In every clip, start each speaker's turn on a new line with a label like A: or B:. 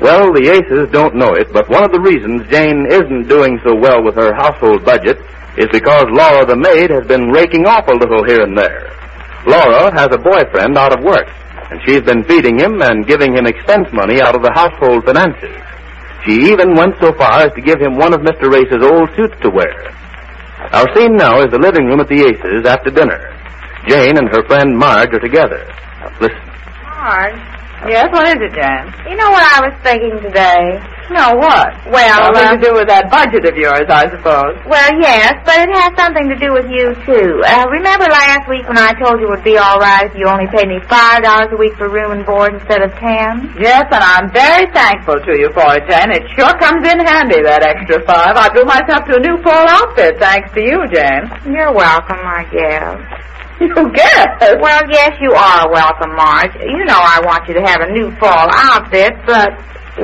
A: Well, the Aces don't know it, but one of the reasons Jane isn't doing so well with her household budget is because Laura the maid has been raking off a little here and there. Laura has a boyfriend out of work, and she's been feeding him and giving him expense money out of the household finances. She even went so far as to give him one of Mr. Race's old suits to wear. Our scene now is the living room at the Aces after dinner. Jane and her friend Marge are together. Listen.
B: Marge.
C: Yes, what is it, Jan?
B: You know what I was thinking today?
C: No, what?
B: Well, uh,
C: Nothing to do with that budget of yours, I suppose.
B: well, yes, but it has something to do with you too. Uh, remember last week when I told you it would be all right if you only paid me five dollars a week for room and board instead of ten?
C: Yes, and I'm very thankful to you for it, Jan. It sure comes in handy, that extra five. I drew myself to a new fall outfit, thanks to you, Jan.
B: You're welcome, I guess.
C: You guess.
B: Well, yes, you are welcome, Marge. You know I want you to have a new fall outfit, but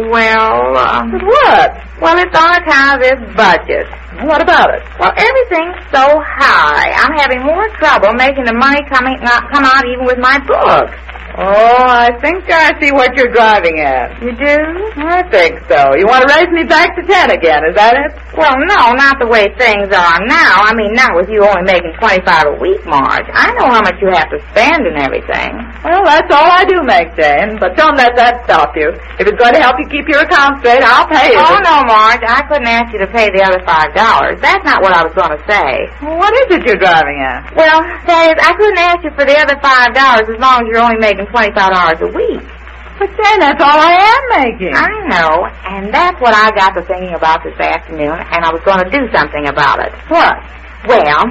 B: well, um,
C: What?
B: well, it's on account of this budget.
C: What about it?
B: Well, everything's so high. I'm having more trouble making the money coming not come out even with my books.
C: Oh, I think I see what you're driving at.
B: You do?
C: I think so. You want to raise me back to ten again, is that it?
B: Well, no, not the way things are now. I mean, not with you only making twenty-five a week, Marge. I know how much you have to spend and everything.
C: Well, that's all I do make, Jane. But don't let that stop you. If it's going to help you keep your account straight, I'll pay you.
B: Oh no, Marge, I couldn't ask you to pay the other five dollars. That's not what I was going to say.
C: What is it you're driving at?
B: Well, that is, I couldn't ask you for the other five dollars as long as you're only making twenty-five dollars a week.
C: But Jane, that's all I am making.
B: I know, and that's what I got to thinking about this afternoon, and I was going to do something about it.
C: What?
B: Well,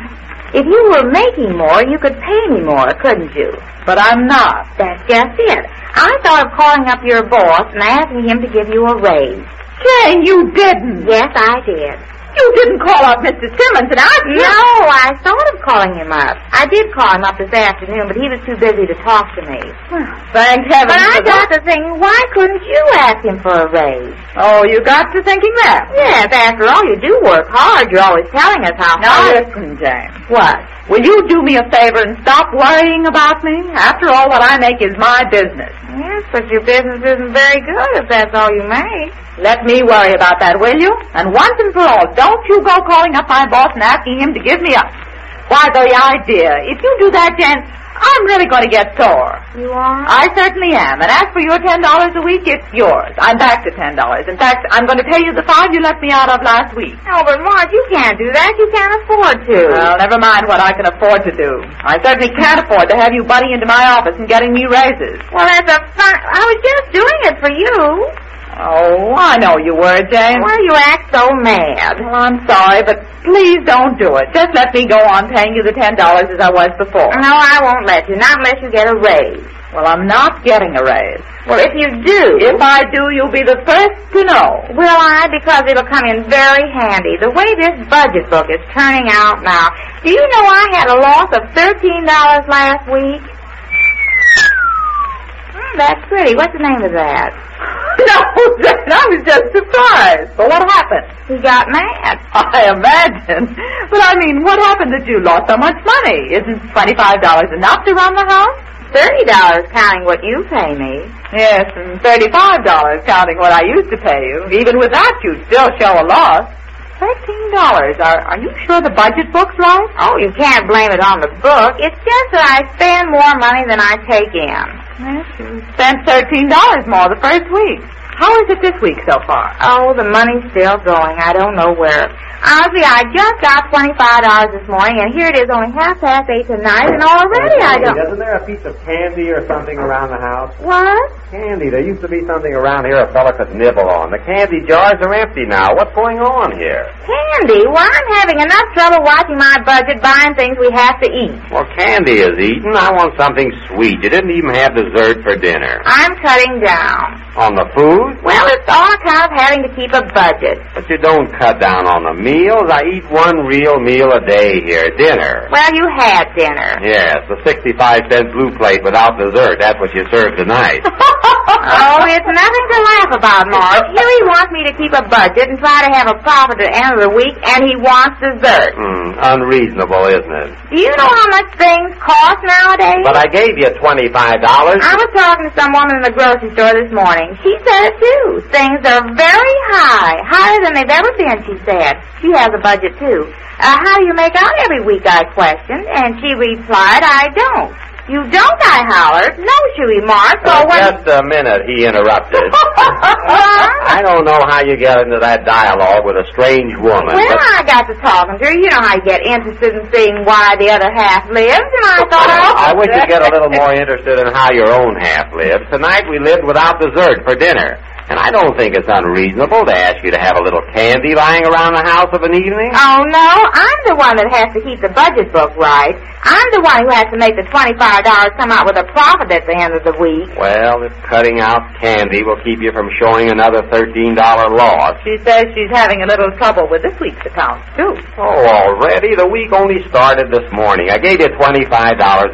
B: if you were making more, you could pay me more, couldn't you?
C: But I'm not.
B: That's just it. I thought of calling up your boss and asking him to give you a raise.
C: Jane, you didn't.
B: Yes, I did.
C: You didn't call up Mr. Simmons, and I
B: No, I thought of calling him up. I did call him up this afternoon, but he was too busy to talk to me.
C: Thank heaven.
B: But I
C: for
B: got to thinking, why couldn't you ask him for a raise?
C: that. Oh, you got to thinking that.
B: Yes, after all, you do work hard. You're always telling us how
C: Now
B: hard.
C: listen, Jane.
B: What?
C: Will you do me a favor and stop worrying about me? After all, what I make is my business.
B: Yes, but your business isn't very good if that's all you make.
C: Let me worry about that, will you? And once and for all, don't you go calling up my boss and asking him to give me up. Why, the idea. If you do that, Jen, I'm really going to get sore.
B: You are?
C: I certainly am. And as for your $10 a week, it's yours. I'm back to $10. In fact, I'm going to pay you the five you let me out of last week.
B: No, Oh, but Marge, you can't do that. You can't afford to.
C: Well, never mind what I can afford to do. I certainly can't afford to have you butting into my office and getting me raises.
B: well, that's a fun. I was just doing it for you.
C: Oh, I know you were, Jane.
B: Why do you act so mad?
C: Well, I'm sorry, but please don't do it. Just let me go on paying you the ten dollars as I was before.
B: No, I won't let you. Not unless you get a raise.
C: Well, I'm not getting a raise.
B: Well, if you do,
C: If I do, you'll be the first to know.
B: will I? Because it'll come in very handy. The way this budget book is turning out now. Do you know I had a loss of thirteen dollars last week? Hmm, that's pretty. What's the name of that?
C: No, Jane, I was just surprised. But what happened?
B: He got mad.
C: I imagine. But I mean, what happened that you lost so much money? Isn't twenty-five dollars enough to run the house?
B: Thirty dollars counting what you pay me.
C: Yes, and thirty-five dollars counting what I used to pay you. Even with that, you'd still show a loss. Thirteen dollars. Are are you sure the budget book's right?
B: Oh, you can't blame it on the book. It's just that I spend more money than I take in.
C: Yes, you spent thirteen dollars more the first week. How is it this week so far?
B: Oh, the money's still going. I don't know where. Honestly, I just got twenty-five dollars this morning, and here it is only half past eight tonight, and already I don't.
D: Isn't there a piece of candy or something around the house?
B: What?
D: Candy. There used to be something around here a fella could nibble on. The candy jars are empty now. What's going on here?
B: Candy? Well, I'm having enough trouble watching my budget, buying things we have to eat.
D: Well, candy is eaten. I want something sweet. You didn't even have dessert for dinner.
B: I'm cutting down.
D: On the food?
B: Well, it's all a kind of having to keep a budget.
D: But you don't cut down on the meals. I eat one real meal a day here. Dinner.
B: Well, you had dinner.
D: Yes, the 65 cent blue plate without dessert. That's what you served tonight.
B: Oh, it's nothing to laugh about, Morris. Here he wants me to keep a budget and try to have a profit at the end of the week, and he wants dessert.
D: Hmm, unreasonable, isn't it?
B: Do you know how much things cost nowadays?
D: But I gave you $25.
B: I was talking to some woman in the grocery store this morning. She said it too. Things are very high, higher than they've ever been. She said she has a budget too. Uh, how do you make out every week? I questioned, and she replied, "I don't." You don't? I hollered. No, she remarked.
D: Uh,
B: Well, when
D: just a minute, he interrupted. I don't know how you get into that dialogue with a strange woman.
B: Well,
D: but-
B: I got to talking to her. You know how you get interested in seeing why the other half lives, and I thought, oh,
D: I wish you'd get a little more interested in how your own half lives. Tonight we lived without dessert for dinner. And I don't think it's unreasonable to ask you to have a little candy lying around the house of an evening.
B: Oh no, I'm the one that has to keep the budget book right. I'm the one who has to make the twenty-five dollars come out with a profit at the end of the week.
D: Well, if cutting out candy will keep you from showing another $13 loss.
C: She says she's having a little trouble with this week's account too.
D: Oh, already? The week only started this morning. I gave you $25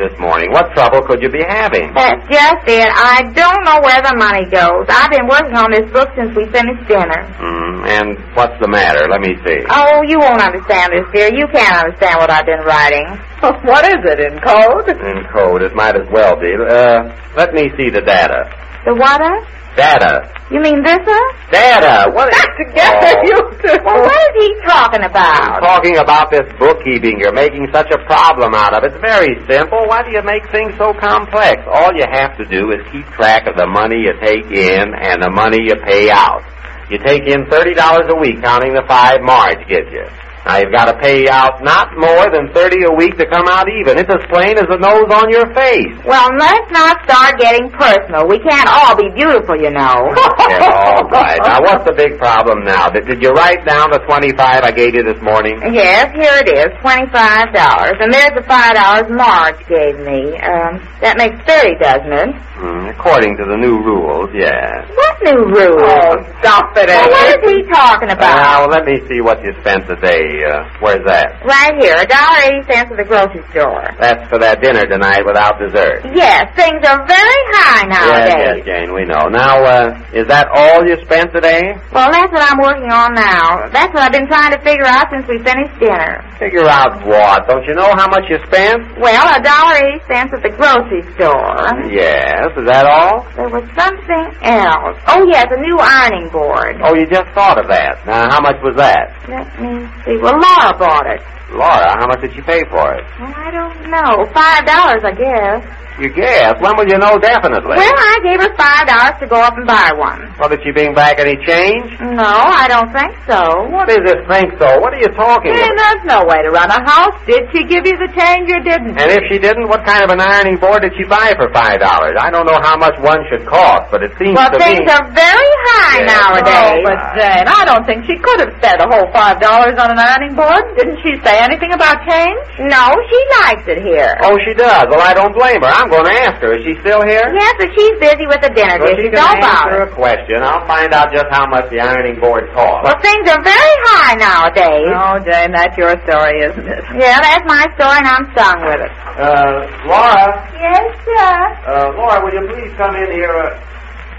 D: this morning. What trouble could you be having?
B: That's just it. I don't know where the money goes. I've been working on this book since we finished dinner.
D: Hmm, and what's the matter? Let me see.
B: Oh, you won't understand this, dear. You can't understand what I've been writing.
C: what is it in code?
D: In code, it might as well be. Uh, let me see the data.
B: The water?
D: Data.
B: You mean this, huh?
D: Data. What is
C: Together,
D: Oh.
C: you two.
B: Well, what is he talking
D: I'm
B: about?
D: talking about this bookkeeping. You're making such a problem out of it. It's very simple. Why do you make things so complex? All you have to do is keep track of the money you take in and the money you pay out. You take in thirty dollars a week, counting the five Marge gives you. Now you've got to pay out not more than thirty a week to come out even. It's as plain as the nose on your face.
B: Well, let's not start getting personal. We can't all be beautiful, you know.
D: Yeah, all right. Now, what's the big problem now? Did, did you write down the 25 I gave you this morning?
B: Yes, here it is, twenty-five dollars, and there's the five dollars Marge gave me. Um, that makes thirty, doesn't it?
D: Hmm, according to the new rules, yes.
B: What new rule?
D: Oh,
B: stop it! Well, what is he talking about?
D: Now, let me see what you spent today. Uh, where's that?
B: right here, a dollar eighty cents at the grocery store.
D: That's for that dinner tonight without dessert.
B: Yes, things are very high
D: Yes, yes,
B: nowadays.
D: Jane, we know. Now, uh, is that all you spent today?
B: Well, that's what I'm working on now. That's what I've been trying to figure out since we finished dinner.
D: Figure out what? Don't you know how much you spent?
B: Well, a dollar eighty cents at the grocery store.
D: Yes, is that all?
B: There was something else. Oh, yes, a new ironing board.
D: Oh, you just thought of that. Now, how much was that?
B: Let me see. Well, Laura bought it.
D: Laura, how much did she pay for it?
B: Well, I don't know. Five dollars, I guess.
D: You guess. When will you know definitely?
B: Well, I gave her five dollars to go up and buy one.
D: Well, did she bring back any change?
B: No, I don't think so.
D: What is this thing, so? What are you talking
C: Then
D: about?
C: there's no way to run a house. Did she give you the change or didn't?
D: And if she didn't, what kind of an ironing board did she buy for five dollars? I don't know how much one should cost, but it seems
B: Well,
D: to
B: things
D: me.
B: are very high
D: Yeah.
B: nowadays.
C: Oh, but Jane, I don't think she could have spent a whole five dollars on an ironing board. Didn't she say anything about change?
B: No, she likes it here.
D: Oh, she does. Well, I don't blame her. I'm going to ask her. Is she still here?
B: Yes, but she's busy with the dinner
D: Well, she
B: dishes.
D: can
B: Don't
D: answer
B: bother.
D: a question. I'll find out just how much the ironing board
B: Well,
D: cost.
B: things are very high nowadays.
C: Oh, Jane, that's your story, isn't it?
B: Yeah, that's my story, and I'm stung with it.
D: Uh, Laura,
B: Yes, sir.
D: uh, Laura, will you please come in here? Uh,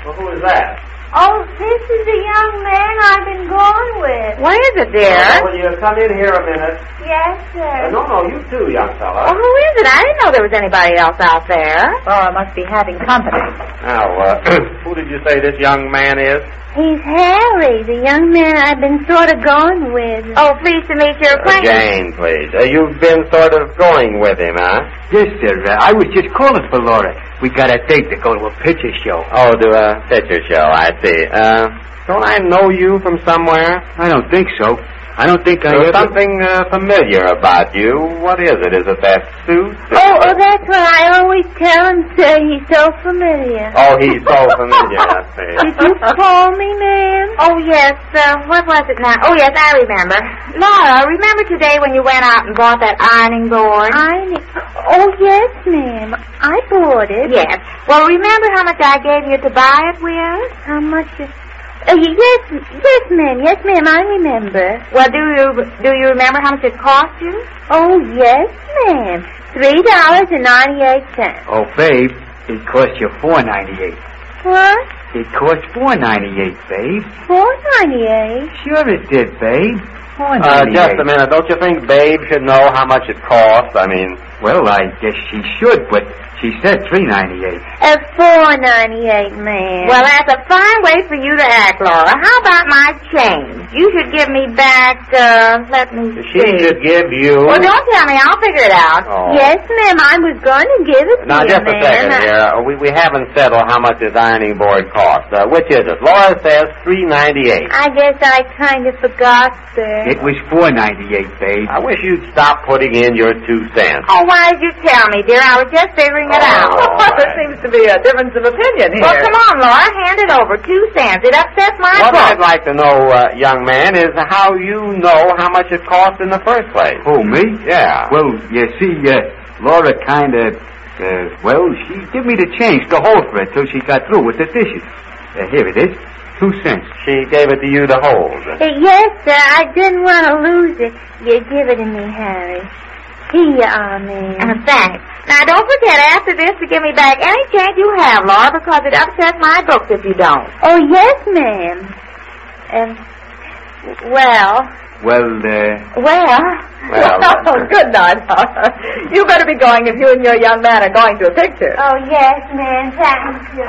D: well, who is that?
E: Oh, this is the young man I've been going with.
B: What is it, dear?
D: will you come in here a minute?
E: Yes,
D: Uh,
E: sir.
D: no, no, you too, young
B: Well,
D: fella.
B: who is it? I didn't know there was anybody else out there.
C: Laura must be having company.
D: Now, uh, who did you say this young man is?
E: He's Harry, the young man I've been sort of going with.
B: Oh, pleased to meet your
D: Uh,
B: acquaintance.
D: Jane, please. Uh, you've been sort of going with him, huh?
F: Yes, sir. Uh, I was just calling for Laura. We got a date to go to a picture show.
D: Oh, to a picture show, I see. Uh, don't I know you from somewhere?
F: I don't think so. I don't think I
D: There's
F: ever...
D: something uh, familiar about you. What is it? Is it that suit?
E: Oh, oh, that's what I always tell him, sir. He's so familiar.
D: Oh, he's so familiar, I
E: Did
D: see.
E: you call me, ma'am?
B: Oh, yes. Uh, what was it now? Oh, yes, I remember. Laura, remember today when you went out and bought that ironing board?
E: I ne- Oh, yes, ma'am. I bought it.
B: Yes. Well, remember how much I gave you to buy it with?
E: How much is... Uh, y- yes, yes, ma'am. Yes, ma'am. I remember.
B: Well, do you do you remember how much it cost you?
E: Oh, yes, ma'am. Three dollars and ninety-eight cents.
F: Oh, babe, it cost you four ninety eight.
E: What?
F: It cost four ninety eight, babe.
E: Four ninety-eight?
F: Sure it did, babe. Four
D: Uh,
F: ninety eight.
D: just a minute. Don't you think Babe should know how much it costs? I mean,
F: Well, I guess she should, but she said three ninety eight.
E: At Uh, four ninety-eight, ma'am.
B: Well, that's a fine way for you to act, Laura. How about my change? You should give me back. Uh, let me
D: she
B: see.
D: should give you.
B: Well, don't tell me. I'll figure it out.
D: Oh.
E: yes, ma'am. I was going to give it
D: Now,
E: to
D: just a
E: you, ma'am.
D: second
E: I-
D: here. Uh, We, we haven't settled how much this ironing board costs. Uh, which is it? Laura says three ninety eight.
E: I guess I kind of forgot, sir.
F: It was four ninety eight, babe.
D: I wish you'd stop putting in your two cents.
B: Oh, why did you tell me, dear? I was just figuring it
D: Oh,
B: out.
D: all
C: there
D: right.
C: seems to be a difference of opinion here.
B: Well, come on, Laura. Hand it over. Two cents. It upsets my
D: What I'd
B: book.
D: like to know, uh, young man, is how you know how much it costs in the first place.
F: Who, Oh, me?
D: Yeah.
F: Well, you see, uh, Laura kind of, uh, well, she give me the change to hold for it till she got through with the dishes. Uh, here it is, two cents.
D: She gave it to you to hold.
E: Uh, yes, sir. I didn't want to lose it. You give it to me, Harry. Here you are,
B: Uh,
E: ma'am.
B: thanks. Now, don't forget after this to give me back any change you have, Laura, because it upsets my books if you don't.
E: Oh, yes, ma'am. Um, well,
F: Well, uh,
E: well.
D: Well, uh,
C: Oh, good night. you better be going if you and your young man are going to a picture.
E: Oh, yes, ma'am. Thank you.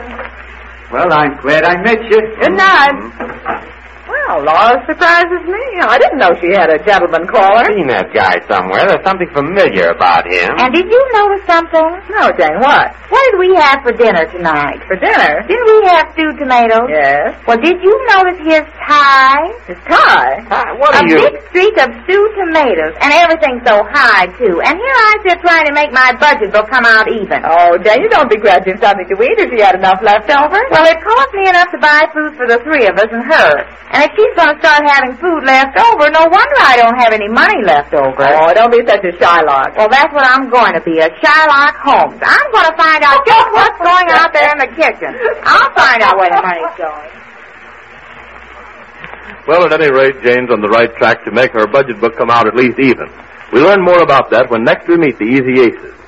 F: well, I'm glad I met you.
C: Good night. Well, Laura surprises me. I didn't know she had a gentleman caller.
D: I've seen that guy somewhere. There's something familiar about him.
B: And did you notice something?
C: No, Jane, what?
B: What did we have for dinner tonight?
C: For dinner?
B: Didn't we have stewed tomatoes?
C: Yes.
B: Well, did you notice his tie?
C: His tie?
D: Uh, what
B: a
D: are you?
B: big streak of stewed tomatoes, and everything so high too. And here I sit trying to make my budget bill come out even.
C: Oh, Jane, you don't begrudge him something to eat if you had enough left over.
B: Well, it cost me enough to buy food for the three of us and her. And if she's going to start having food left over, no wonder I don't have any money left over.
C: Oh, don't be such a Shylock.
B: Well, that's what I'm going to be, a Sherlock Holmes. I'm going to find out just what's going out there in the kitchen. I'll find out where the money's going.
A: Well, at any rate, Jane's on the right track to make her budget book come out at least even. We learn more about that when next we meet the Easy Aces.